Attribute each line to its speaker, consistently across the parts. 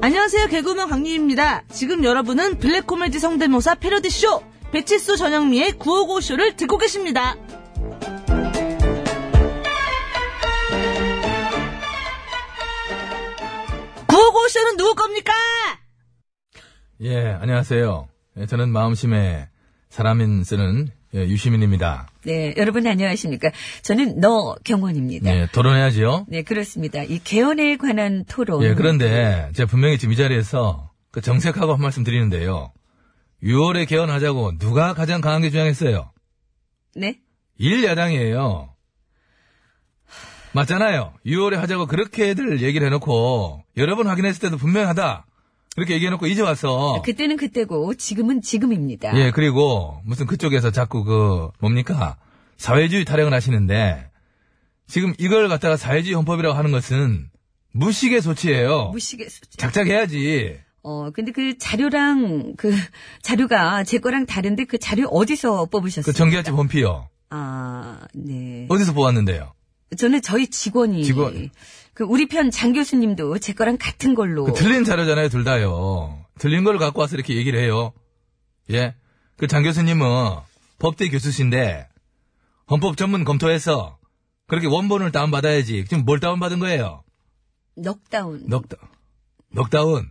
Speaker 1: 안녕하세요 개그우먼 강림입니다 지금 여러분은 블랙 코미디 성대모사 패러디 쇼 배치수 전영미의 955 쇼를 듣고 계십니다 구호고 쇼는 누구 겁니까?
Speaker 2: 예, 안녕하세요. 예, 저는 마음심에 사람인 쓰는 예, 유시민입니다.
Speaker 3: 네, 여러분 안녕하십니까. 저는 너 경원입니다.
Speaker 2: 예, 토론해야지요.
Speaker 3: 네, 그렇습니다. 이 개헌에 관한 토론.
Speaker 4: 음.
Speaker 2: 예, 그런데 제가 분명히 지금 이 자리에서 그 정색하고 한 말씀 드리는데요. 6월에 개헌하자고 누가 가장 강하게 주장했어요?
Speaker 3: 네?
Speaker 2: 일야당이에요. 맞잖아요. 6월에 하자고 그렇게들 얘기를 해놓고 여러 번 확인했을 때도 분명하다. 그렇게 얘기해놓고 이제
Speaker 4: 아,
Speaker 2: 와서
Speaker 3: 그때는 그때고 지금은 지금입니다.
Speaker 2: 예, 그리고 무슨 그쪽에서 자꾸 그 뭡니까? 사회주의 타령을 하시는데 지금 이걸 갖다가 사회주의 헌법이라고 하는 것은 무식의 소치예요.
Speaker 3: 무식의 수준.
Speaker 2: 작작해야지.
Speaker 3: 어, 근데 그 자료랑 그 자료가 제 거랑 다른데 그 자료 어디서
Speaker 2: 그
Speaker 3: 뽑으셨어요?
Speaker 2: 전기아집 본피요.
Speaker 3: 아, 네.
Speaker 2: 어디서 보았는데요?
Speaker 3: 저는 저희 직원이
Speaker 2: 직원.
Speaker 3: 그 우리 편 장 교수님도 제 거랑 같은 걸로
Speaker 2: 그 틀린 자료잖아요, 둘 다요. 틀린 걸 갖고 와서 이렇게 얘기를 해요. 예. 그 장 교수님은 법대 교수신데 헌법 전문 검토해서 그렇게 원본을 다운받아야지. 지금 뭘 다운받은 거예요?
Speaker 3: 넉다운.
Speaker 2: 넉다, 넉다운.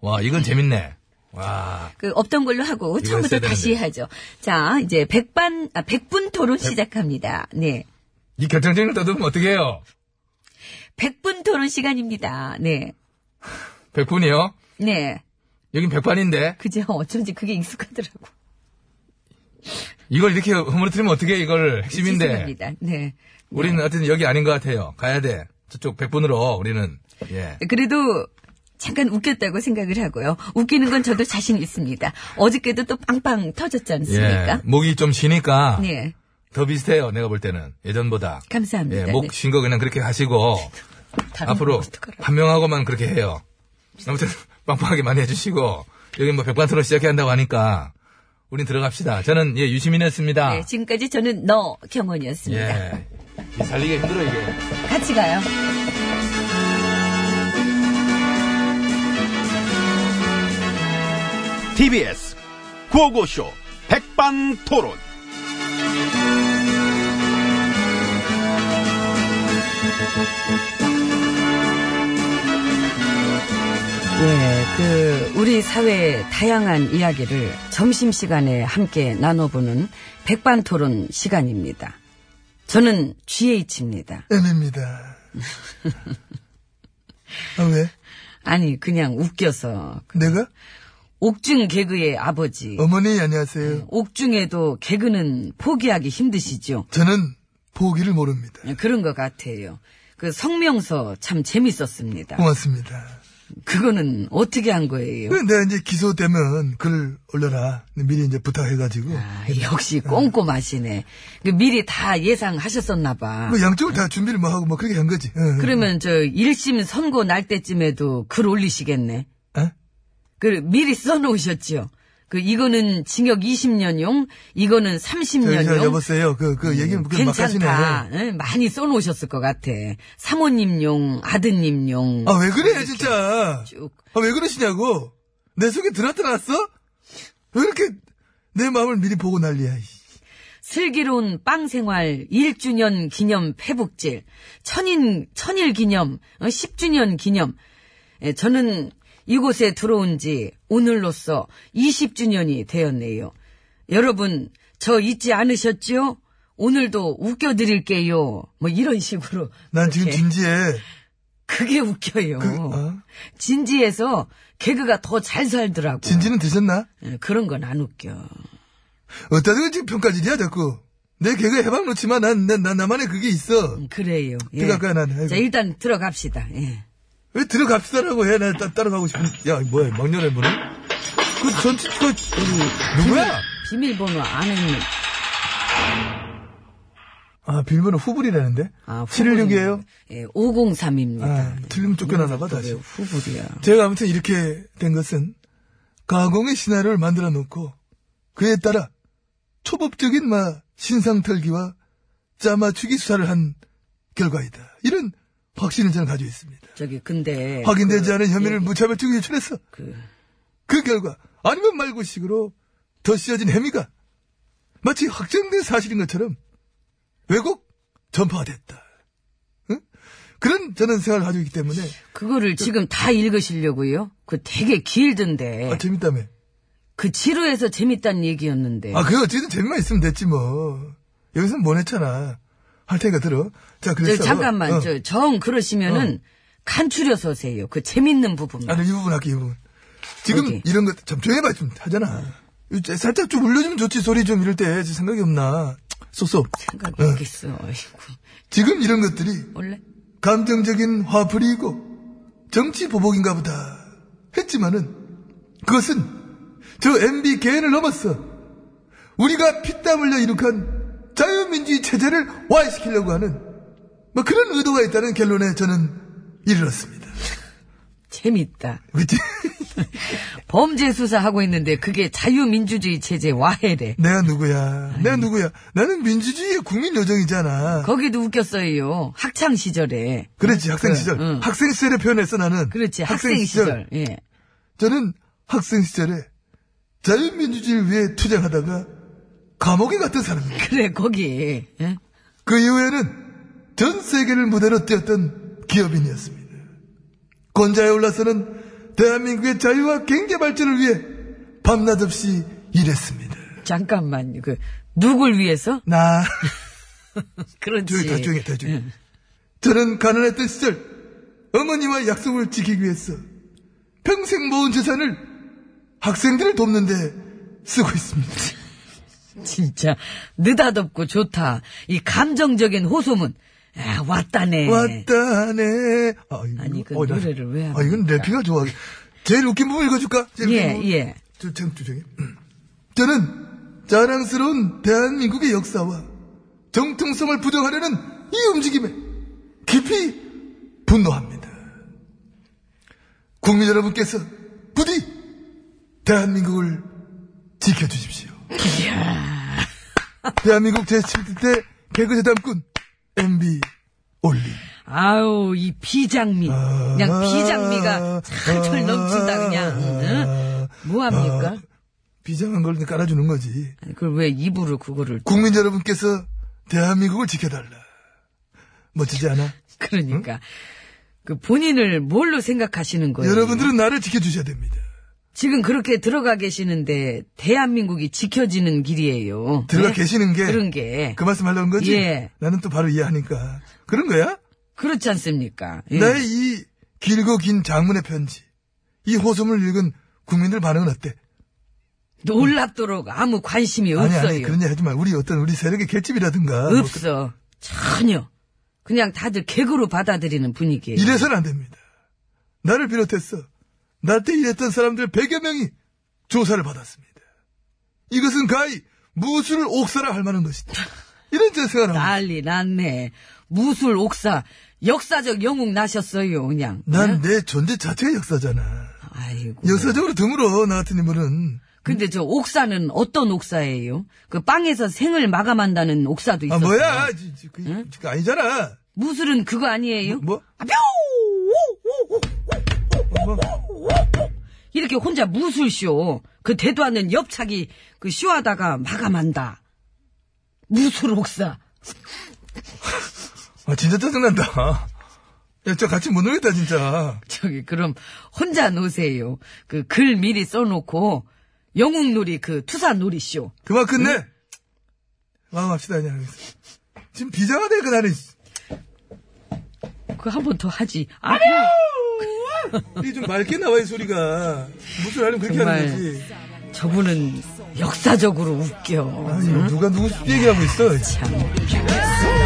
Speaker 2: 와, 이건 재밌네. 와,
Speaker 3: 그 없던 걸로 하고
Speaker 2: 이거
Speaker 3: 처음부터
Speaker 2: 했어야
Speaker 3: 다시
Speaker 2: 되는데.
Speaker 3: 하죠. 자, 이제 백반 아 백분 토론 시작합니다. 네.
Speaker 2: 이 결정적인 떠들면 어떡해요?
Speaker 3: 백분 토론 시간입니다. 네.
Speaker 2: 백분이요?
Speaker 3: 네.
Speaker 2: 여긴 백반인데?
Speaker 3: 그죠? 어쩐지 그게 익숙하더라고.
Speaker 2: 이걸 이렇게 허물어뜨리면 어떡해, 이걸 핵심인데.
Speaker 3: 죄송합니다. 네.
Speaker 2: 우리는 어쨌든 여기 아닌 것 같아요. 가야 돼. 저쪽 백분으로 우리는. 예.
Speaker 3: 그래도 잠깐 웃겼다고 생각을 하고요. 웃기는 건 저도 자신 있습니다. 어저께도 또 빵빵 터졌지
Speaker 2: 예.
Speaker 3: 않습니까?
Speaker 2: 목이 좀 쉬니까
Speaker 3: 네.
Speaker 2: 더 비슷해요. 내가 볼 때는. 예전보다.
Speaker 3: 감사합니다. 네.
Speaker 2: 예, 목 쉰 거 그냥 그렇게 하시고
Speaker 3: 다른
Speaker 2: 앞으로
Speaker 3: 거 어떡하라고.
Speaker 2: 한 명하고만 그렇게 해요. 아무튼 빵빵하게 많이 해주시고 여기 뭐 백반토론 시작해야 한다고 하니까 우린 들어갑시다. 저는 예, 유시민이었습니다.
Speaker 3: 네, 지금까지 저는 너 경원이었습니다.
Speaker 2: 예. 이 살리기가 힘들어 이게.
Speaker 3: 같이 가요.
Speaker 5: TBS 구호고쇼 백반토론
Speaker 4: 예, 그 우리 사회의 다양한 이야기를 점심 시간에 함께 나눠보는 백반토론 시간입니다. 저는 GH입니다.
Speaker 5: M입니다 아 왜?
Speaker 4: 아니 그냥 웃겨서
Speaker 5: 내가?
Speaker 4: 옥중 개그의 아버지.
Speaker 2: 음.
Speaker 5: 어머니 안녕하세요
Speaker 4: 옥중에도 개그는 포기하기 힘드시죠.
Speaker 5: 저는 보기를 모릅니다
Speaker 4: 그런 것 같아요. 그 성명서 참 재밌었습니다.
Speaker 2: 음.
Speaker 5: 고맙습니다 네,
Speaker 4: 그거는 어떻게 한 거예요?
Speaker 5: 내가 이제 기소되면 글 올려라 미리 이제 부탁해가지고
Speaker 4: 아, 역시 꼼꼼하시네. 그 미리 다 예상하셨었나 봐.
Speaker 2: 음.
Speaker 5: 뭐 양쪽을 다 준비를 뭐 하고 뭐 그렇게 한 거지. 응, 응.
Speaker 4: 그러면 저 1심 선고 날 때쯤에도 글 올리시겠네.
Speaker 5: 어?
Speaker 4: 그 미리 써놓으셨죠. 그 이거는 징역 20년용, 이거는
Speaker 5: 저, 저
Speaker 4: 30년용.
Speaker 5: 여보세요. 그, 그 얘기는 그막 하시네.
Speaker 4: 괜찮다. 응, 많이 써놓으셨을 것 같아. 사모님용, 아드님용.
Speaker 5: 아, 왜 그래, 진짜.
Speaker 4: 쭉.
Speaker 5: 아, 왜 그러시냐고. 내 속에 들어들어놨어? 왜 이렇게 내 마음을 미리 보고 난리야, 이
Speaker 4: 슬기로운 빵 생활 1주년 기념 페북질, 천인, 천일 기념, 10주년 기념. 예, 저는 이곳에 들어온 지 오늘로써 20주년이 되었네요. 여러분, 저 잊지 않으셨죠? 오늘도 웃겨드릴게요. 뭐 이런 식으로.
Speaker 5: 난 지금
Speaker 4: 이렇게.
Speaker 5: 진지해.
Speaker 4: 그게 웃겨요.
Speaker 5: 그, 어?
Speaker 4: 진지해서 개그가 더 잘 살더라고.
Speaker 5: 진지는 드셨나?
Speaker 4: 예, 그런 건 안 웃겨.
Speaker 5: 어따 지금 평가질이야, 자꾸.
Speaker 6: 내 개그에 해방 놓지만 난, 난, 난 나만의 그게 있어.
Speaker 4: 음, 그래요. 예.
Speaker 6: 들어갈까요, 난? 아이고.
Speaker 4: 자, 일단 들어갑시다. 예.
Speaker 6: 왜 들어갑시다라고 해? 나 따, 따라가고 싶은. 야, 뭐야, 막년의 문은? 그 전, 그, 누구야?
Speaker 4: 비밀번호 아는
Speaker 6: 아, 비밀번호 후불이라는데?
Speaker 4: 아, 후불이-
Speaker 6: 716이에요?
Speaker 4: 예, 503입니다.
Speaker 6: 아, 틀리면 쫓겨나나 봐, 다시.
Speaker 4: 후불이야.
Speaker 6: 제가 아무튼 이렇게 된 것은 가공의 시나리오를 만들어 놓고 그에 따라 초법적인 마 신상 털기와 짜맞추기 수사를 한 결과이다. 이런 확신을 저는 가지고 있습니다.
Speaker 4: 저기 근데 그
Speaker 6: 확인되지 않은
Speaker 4: 예,
Speaker 6: 혐의를 무차별 적으로 제출했어. 그... 결과 아니면 말고식으로 더 씌어진 혐의가 마치 확정된 사실인 것처럼 왜곡 전파가 됐다. 응? 그런 저는 생각을 가지고 있기 때문에
Speaker 4: 그거를 지금 다 읽으시려고요? 그 되게 길던데.
Speaker 6: 아, 재밌다며.
Speaker 4: 그 지루해서 재밌단 얘기였는데.
Speaker 6: 아, 그게 어쨌든 재미만 있으면 됐지, 뭐. 여기서는 못 했잖아. 할 테니까 들어. 자,
Speaker 4: 저,
Speaker 6: 그래서.
Speaker 4: 잠깐만,
Speaker 6: 어.
Speaker 4: 저, 정 그러시면은 간추려서 오세요. 그 재밌는 부분만.
Speaker 6: 아니, 네, 이 부분 할게, 이 부분. 지금
Speaker 4: 어디?
Speaker 6: 이런 것, 좀 조용히 해봐, 좀 하잖아. 이제 살짝 좀 울려주면 좋지, 소리 좀 이럴 때. 저 생각이 없나. 쏘쏘.
Speaker 4: 생각이
Speaker 6: 어.
Speaker 4: 없겠어. 그러니까 아이고.
Speaker 6: 지금 이런 것들이
Speaker 4: 원래
Speaker 6: 감정적인 화풀이고 그 정치 보복인가 보다 했지만은 그것은 저 MB 개인을 넘어서 우리가 피땀 흘려 이룩한 자유민주주의 체제를 와해시키려고 하는 뭐 그런 의도가 있다는 결론에 저는 이르렀습니다.
Speaker 4: 재밌다.
Speaker 6: 그치?
Speaker 4: 범죄 수사하고 있는데 그게 자유민주주의 체제 와해래.
Speaker 6: 내가 누구야? 내가 누구야? 나는 민주주의의 국민 요정이잖아.
Speaker 4: 거기도 웃겼어요. 학창 시절에.
Speaker 6: 그렇지 학생 시절,
Speaker 4: 응.
Speaker 6: 학생 시절에 표현했어 나는.
Speaker 4: 그렇지. 학생 시절. 예.
Speaker 6: 저는 학생 시절에 자유민주주의를 위해 투쟁하다가 감옥에 갔던 사람입니다.
Speaker 4: 그래 거기. 예?
Speaker 6: 그 이후에는 전 세계를 무대로 뛰었던 기업인이었습니다. 권좌에 올라서는 대한민국의 자유와 경제 발전을 위해 밤낮 없이 일했습니다.
Speaker 4: 잠깐만. 그 누굴 위해서?
Speaker 6: 나
Speaker 4: 그렇지.
Speaker 6: 조용히
Speaker 4: 예.
Speaker 6: 다 조용히 다 조용히.
Speaker 4: 음.
Speaker 6: 저는 가난했던 시절 어머니와 약속을 지키기 위해서 평생 모은 재산을 학생들을 돕는데 쓰고 있습니다.
Speaker 4: 진짜 느닷없고 좋다. 이 감정적인 호소문. 아, 왔다네.
Speaker 6: 왔다네. 아, 이거,
Speaker 4: 아니, 그
Speaker 6: 나-
Speaker 4: 노래를 왜
Speaker 6: 아, 이건
Speaker 4: 합니까?
Speaker 6: 래피가 좋아. 제일 웃긴 부분 읽어줄까? 제일 웃긴
Speaker 4: 예,
Speaker 6: 부분.
Speaker 4: 예.
Speaker 6: 저, 참, 저, 저기. 저는 자랑스러운 대한민국의 역사와 정통성을 부정하려는 이 움직임에 깊이 분노합니다. 국민 여러분께서 부디 대한민국을 지켜주십시오. 대한민국 제17대 개그재단군 MB 올림.
Speaker 4: 아우, 이 비장미.
Speaker 6: 아.
Speaker 4: 그냥 비장미가 철철 넘친다, 그냥.
Speaker 6: 아.
Speaker 4: 응? 뭐합니까?
Speaker 6: 비장한 걸 깔아주는 거지.
Speaker 4: 아니, 그걸 왜 입으로 그거를.
Speaker 6: 국민 여러분께서 대한민국을 지켜달라. 멋지지 않아?
Speaker 4: 그러니까. 그 본인을 뭘로 생각하시는 거예요?
Speaker 6: 여러분들은 나를 지켜주셔야 됩니다.
Speaker 4: 지금 그렇게 들어가 계시는데 대한민국이 지켜지는 길이에요.
Speaker 6: 들어가
Speaker 4: 네?
Speaker 6: 계시는 게.
Speaker 4: 그런 게
Speaker 6: 그 말씀 하려는 거지?
Speaker 4: 예.
Speaker 6: 나는 또 바로 이해하니까. 그런 거야?
Speaker 4: 그렇지 않습니까? 예.
Speaker 6: 나의 이 길고 긴 장문의 편지. 이 호소문을 읽은 국민들 반응은 어때?
Speaker 4: 놀랍도록 아무 관심이
Speaker 6: 아니,
Speaker 4: 없어요.
Speaker 6: 아니, 그런 얘기 하지 마. 우리 어떤 우리 세력의 결집이라든가. 뭐 그-
Speaker 4: 없어. 전혀. 그냥 다들 개그로 받아들이는 분위기예요.
Speaker 6: 이래서는 안 됩니다. 나를 비롯해서 나 때 일했던 사람들 100여 명이 조사를 받았습니다. 이것은 가히 무술을 옥사라 할 만한 것이다. 이런 제 생각을 합니다.
Speaker 4: 난리 났네. 무술 옥사 역사적 영웅 나셨어요, 그냥. 응?
Speaker 6: 난내 존재 자체가 역사잖아.
Speaker 4: 아이고.
Speaker 6: 역사적으로 드물어, 나 같은 인물은.
Speaker 4: 근데 저 옥사는 어떤 옥사예요? 그 빵에서 생을 마감한다는 옥사도
Speaker 6: 아,
Speaker 4: 있었어요.
Speaker 6: 뭐야. 지- 지- 그, 그 아니잖아.
Speaker 4: 무술은 그거 아니에요?
Speaker 6: 뭐?
Speaker 4: 아, 뿅! 오, 오, 오,
Speaker 6: 뭐?
Speaker 4: 이렇게 혼자 무술쇼, 그 대도 않는 엽차기 그 쇼하다가 마감한다. 무술 혹사.
Speaker 6: 아, 진짜 짜증난다. 야, 저 같이 못 놀겠다, 진짜.
Speaker 4: 저기, 그럼 혼자 노세요. 그 글 미리 써놓고, 영웅놀이 그 투사놀이쇼.
Speaker 6: 그만 끝내! 마음합시다, 그냥. 여기서. 지금 비장하네, 그날은.
Speaker 4: 그거 한 번 더 하지. 아뇨!
Speaker 6: 이게 좀 맑게 나와, 이 소리가. 무술 하려면 그렇게
Speaker 4: 정말
Speaker 6: 하는 거지.
Speaker 5: 저분은 역사적으로 웃겨.
Speaker 6: 아니, 누가 누구 얘기하고 있어.
Speaker 5: 참.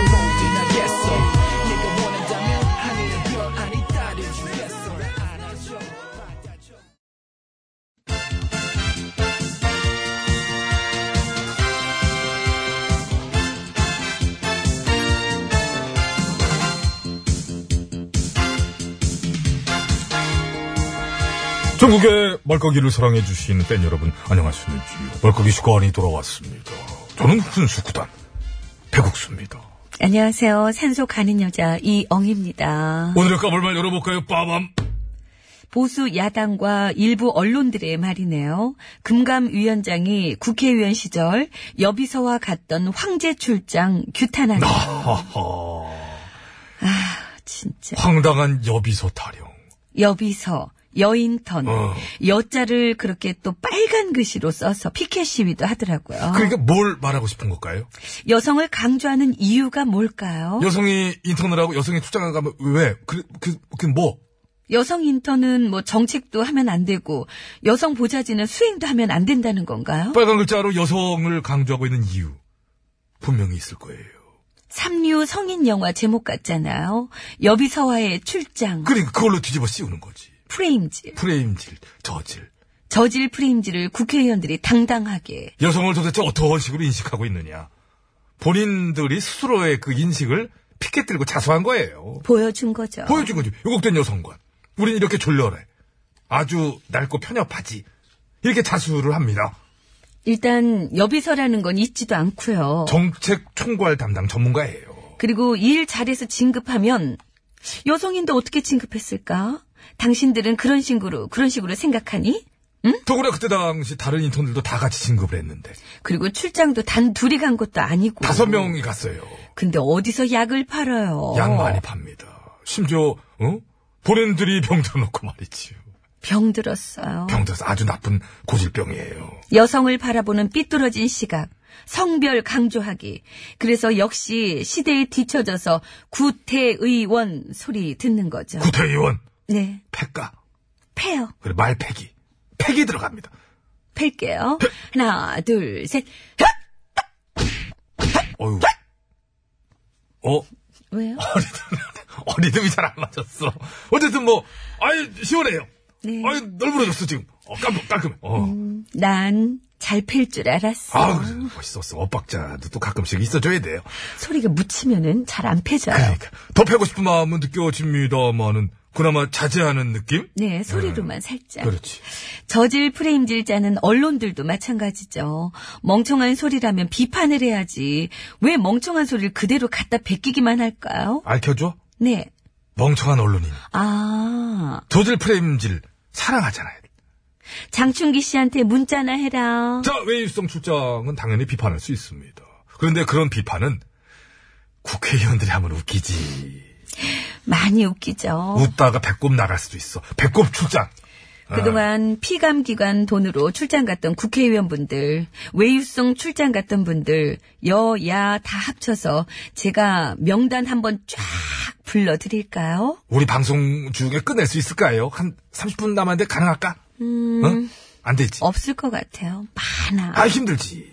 Speaker 2: 전국의 말까기를 사랑해주신 팬 여러분, 안녕하십니까. 말까기 시간이 돌아왔습니다. 저는 훈수구단, 배국수입니다.
Speaker 4: 안녕하세요. 산소 가는 여자 이엉입니다.
Speaker 2: 오늘의 까불말 열어볼까요? 빠밤!
Speaker 4: 보수 야당과 일부 언론들의 말이네요. 금감 위원장이 국회의원 시절 여비서와 갔던 황제 출장 규탄하는
Speaker 2: 아. 하하.
Speaker 4: 진짜
Speaker 2: 황당한 여비소 타령.
Speaker 4: 여비서 여인턴
Speaker 2: 어.
Speaker 4: 여자를 그렇게 또 빨간 글씨로 써서 피켓 시위도 하더라고요.
Speaker 2: 그러니까 뭘 말하고 싶은 걸까요?
Speaker 4: 여성을 강조하는 이유가 뭘까요?
Speaker 2: 여성이 인턴을 하고 여성이 출장을 가면 왜? 그, 그, 그 뭐?
Speaker 4: 여성 인턴은 뭐 정책도 하면 안 되고 여성 보좌진은 수행도 하면 안 된다는 건가요?
Speaker 2: 빨간 글자로 여성을 강조하고 있는 이유. 분명히 있을 거예요.
Speaker 4: 삼류 성인 영화 제목 같잖아요. 여비서와의 출장
Speaker 2: 그러니까 그걸로 뒤집어 씌우는 거지.
Speaker 4: 프레임즈
Speaker 2: 프레임질, 저질.
Speaker 4: 저질 프레임즈를 국회의원들이 당당하게
Speaker 2: 여성을 도대체 어떤 식으로 인식하고 있느냐. 본인들이 스스로의 그 인식을 피켓 들고 자수한 거예요.
Speaker 4: 보여준 거죠.
Speaker 2: 보여준 거지. 유곡된 여성관. 우린 이렇게 졸렬해. 아주 낡고 편협하지. 이렇게 자수를 합니다.
Speaker 4: 일단 여비서라는 건 있지도 않고요.
Speaker 2: 정책 총괄 담당 전문가예요.
Speaker 4: 그리고 일 잘해서 진급하면 여성인데 어떻게 진급했을까? 당신들은 그런 식으로 그런 식으로 생각하니?
Speaker 2: 더구나 그때 당시 다른 인턴들도 다 같이 진급을 했는데
Speaker 4: 그리고 출장도 단 둘이 간 것도 아니고
Speaker 2: 다섯 명이 갔어요.
Speaker 4: 근데 어디서 약을 팔아요?
Speaker 2: 양 많이 팝니다. 심지어 어? 본인들이 병들어놓고 말이지요.
Speaker 4: 병들었어요.
Speaker 2: 병들어서 아주 나쁜 고질병이에요.
Speaker 4: 여성을 바라보는 삐뚤어진 시각, 성별 강조하기. 그래서 역시 시대에 뒤처져서 구태의원 소리 듣는 거죠.
Speaker 2: 구태의원
Speaker 4: 네,
Speaker 2: 폐가
Speaker 4: 패요.
Speaker 2: 그리고 말패기 패기 들어갑니다.
Speaker 4: 팰게요. 하나, 둘, 셋.
Speaker 2: 어유. 어,
Speaker 4: 왜요?
Speaker 2: 어, 리듬이 잘 안 맞았어. 어쨌든 뭐, 아이, 시원해요.
Speaker 4: 네.
Speaker 2: 아이, 널브러졌어, 지금. 어, 깔끔, 깔끔해. 어.
Speaker 4: 난 잘 팰 줄 알았어.
Speaker 2: 아, 그래, 멋있었어. 엇박자도 또 가끔씩 있어줘야 돼요.
Speaker 4: 소리가 묻히면은 잘 안 패져요.
Speaker 2: 그러니까. 더 패고 싶은 마음은 느껴집니다만은, 그나마 자제하는 느낌?
Speaker 4: 네, 소리로만 살짝.
Speaker 2: 그렇지.
Speaker 4: 저질 프레임질 짜는 언론들도 마찬가지죠. 멍청한 소리라면 비판을 해야지. 왜 멍청한 소리를 그대로 갖다 베끼기만 할까요?
Speaker 2: 알켜줘?
Speaker 4: 네.
Speaker 2: 멍청한 언론인.
Speaker 4: 아,
Speaker 2: 조질 프레임질, 사랑하잖아요.
Speaker 4: 장충기 씨한테 문자나 해라.
Speaker 2: 자, 외유성 출장은 당연히 비판할 수 있습니다. 그런데 그런 비판은 국회의원들이 하면 웃기지.
Speaker 4: 많이 웃기죠. 아.
Speaker 2: 웃다가 배꼽 나갈 수도 있어. 배꼽 출장.
Speaker 4: 그동안 피감기관 돈으로 출장 갔던 국회의원분들, 외유성 출장 갔던 분들, 여야 다 합쳐서 제가 명단 한번 쫙 불러드릴까요?
Speaker 2: 우리 방송 중에 끝낼 수 있을까요? 한 30분 남았는데 가능할까?
Speaker 4: 음,
Speaker 2: 응? 안 되지.
Speaker 4: 없을 것 같아요. 많아.
Speaker 2: 아, 힘들지.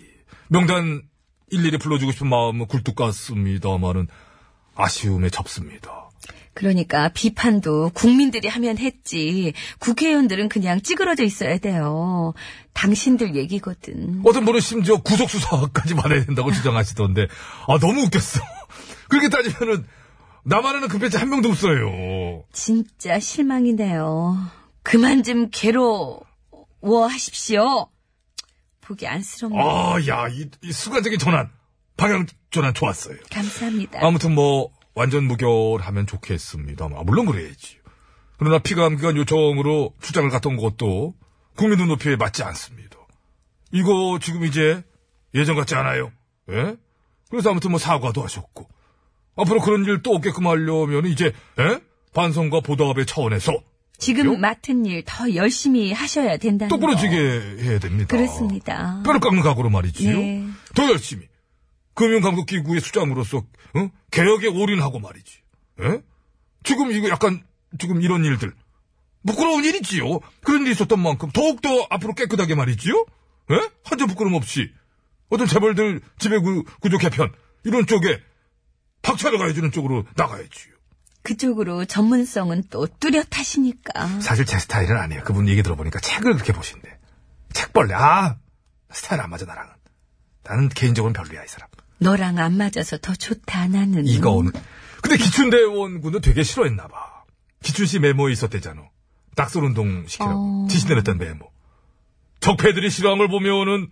Speaker 2: 명단 일일이 불러주고 싶은 마음은 굴뚝 같습니다만은 아쉬움에 접습니다.
Speaker 4: 그러니까 비판도 국민들이 하면 했지 국회의원들은 그냥 찌그러져 있어야 돼요. 당신들 얘기거든.
Speaker 2: 어떤 분은 심지어 구속수사까지 말해야 된다고 주장하시던데, 아, 너무 웃겼어. 그렇게 따지면은, 나만하는 급배지 한 명도 없어요.
Speaker 4: 진짜 실망이네요. 그만 좀 괴로워하십시오. 보기 안쓰럽네요.
Speaker 2: 아, 야, 이, 이 순간적인 전환, 방향 전환 좋았어요.
Speaker 4: 감사합니다.
Speaker 2: 아무튼 뭐 완전 무결하면 좋겠습니다. 아, 물론 그래야지. 그러나 피감기관 요청으로 출장을 갔던 것도 국민 눈높이에 맞지 않습니다. 이거 지금 이제 예전 같지 않아요. 예? 그래서 아무튼 뭐 사과도 하셨고 앞으로 그런 일 또 없게끔 하려면 이제 예? 반성과 보답의 차원에서
Speaker 4: 지금
Speaker 2: 요?
Speaker 4: 맡은 일 더 열심히 하셔야 된다는 거.
Speaker 2: 똑부러지게 해야 됩니다.
Speaker 4: 음. 그렇습니다.
Speaker 2: 뼈를 깎는 각오로 말이지요.
Speaker 4: 네.
Speaker 2: 더 열심히 금융감독기구의 수장으로서 어? 개혁에 올인하고 말이지. 예? 지금 이거 약간 지금 이런 일들 부끄러운 일이지요. 그런 일이 있었던 만큼 더욱더 앞으로 깨끗하게 말이지요. 예? 한 점 부끄럼 없이 어떤 재벌들 지배 구, 구조 개편 이런 쪽에 박차를 가해주는 쪽으로 나가야지.
Speaker 4: 그쪽으로 전문성은 또 뚜렷하시니까.
Speaker 2: 사실 제 스타일은 아니에요. 그분 얘기 들어보니까 책을 그렇게 보신대. 책벌레. 아, 스타일 안 맞아 나랑은. 나는 개인적으로 는 별로야 이 사람.
Speaker 4: 너랑 안 맞아서 더 좋다 나는.
Speaker 2: 이거 오늘. 근데 기춘대원군도 되게 싫어했나 봐. 기춘 씨 메모에 있었대잖아. 낙설운동 시키라고 지시내렸던 메모. 적폐들이 싫어한 걸 보면은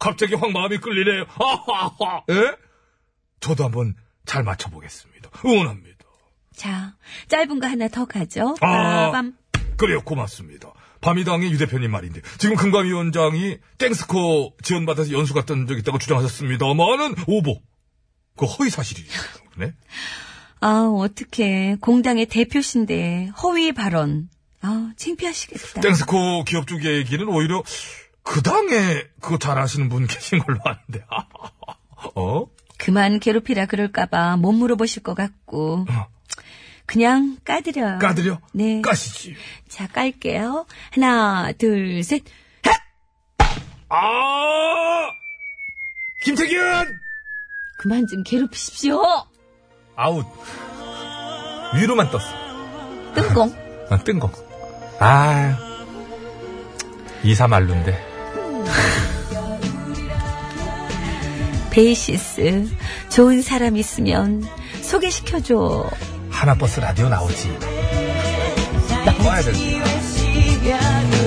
Speaker 2: 갑자기 확 마음이 끌리네요. 아하하. 예? 저도 한번 잘 맞춰보겠습니다. 응원합니다.
Speaker 4: 자, 짧은 거 하나 더 가죠.
Speaker 2: 아.
Speaker 4: 빠밤.
Speaker 2: 그래요, 고맙습니다. 밤이당의 유 대표님 말인데 지금 금감위원장이 땡스코 지원받아서 연수 갔던 적 있다고 주장하셨습니다만은 오보. 그 허위 사실이죠. 네?
Speaker 4: 아, 어떡해. 공당의 대표신데 허위 발언. 아, 창피하시겠다.
Speaker 2: 땡스코 기업 쪽 얘기는 오히려 그 당에 그거 잘 아시는 분 계신 걸로 아는데. 어?
Speaker 4: 그만 괴롭히라 그럴까봐 못 물어보실 것 같고. 그냥 까드려.
Speaker 2: 까드려?
Speaker 4: 네.
Speaker 2: 까시지.
Speaker 4: 자, 깔게요. 하나, 둘, 셋.
Speaker 2: 아! 김태균!
Speaker 4: 그만 좀 괴롭히십시오.
Speaker 2: 아웃. 위로만 떴어.
Speaker 4: 뜬공.
Speaker 2: 아, 뜬 거. 아, 이사말룬데.
Speaker 4: 베이시스. 좋은 사람 있으면 소개시켜줘.
Speaker 2: 하나버스 라디오 나오지. 나와야 돼.
Speaker 7: Yeah.